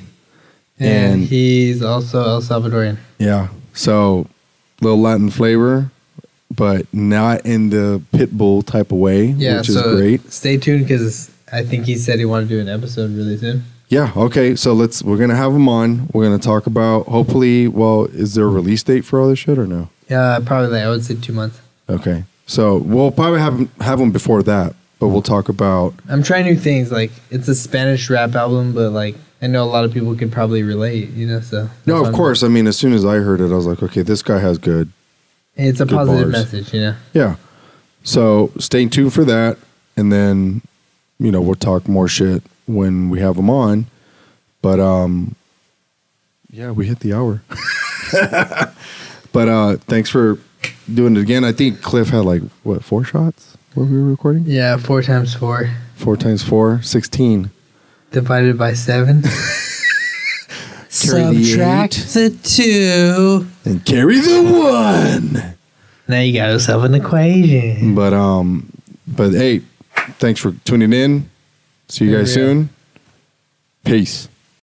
And,
And-
he's also El Salvadorian.
Yeah. So little Latin flavor, but not in the pit bull type of way,
Yeah.
which is
so
great.
stay tuned because I think he said he wanted to do an episode really soon.
Yeah. Okay. So let's. We're gonna have him on. We're gonna talk about. Hopefully. Well, is there a release date for all this shit or no?
Yeah, probably like I would say two months.
Okay. So we'll probably have him- have him before that. but we'll talk about
I'm trying new things. Like it's a Spanish rap album, but like I know a lot of people could probably relate. You know, so
No,
that's
of
why
course. I mean, as soon as I heard it, I was like, okay, this guy has good.
I'm- it's a
Good
positive
bars.
message. You know,
Yeah. So stay tuned for that. And then, you know, we'll talk more shit when we have him on. But, um, yeah, we hit the hour. but, uh, thanks for doing it again. I think Cliff had like, what, four shots when we were recording?
yeah, four times four
Four times four, 16.
divided by seven.
Carry the
Subtract the, two.
And carry the one.
Now you got yourself an equation.
But um, but hey, thanks for tuning in. See you guys
Yeah.
soon. Peace.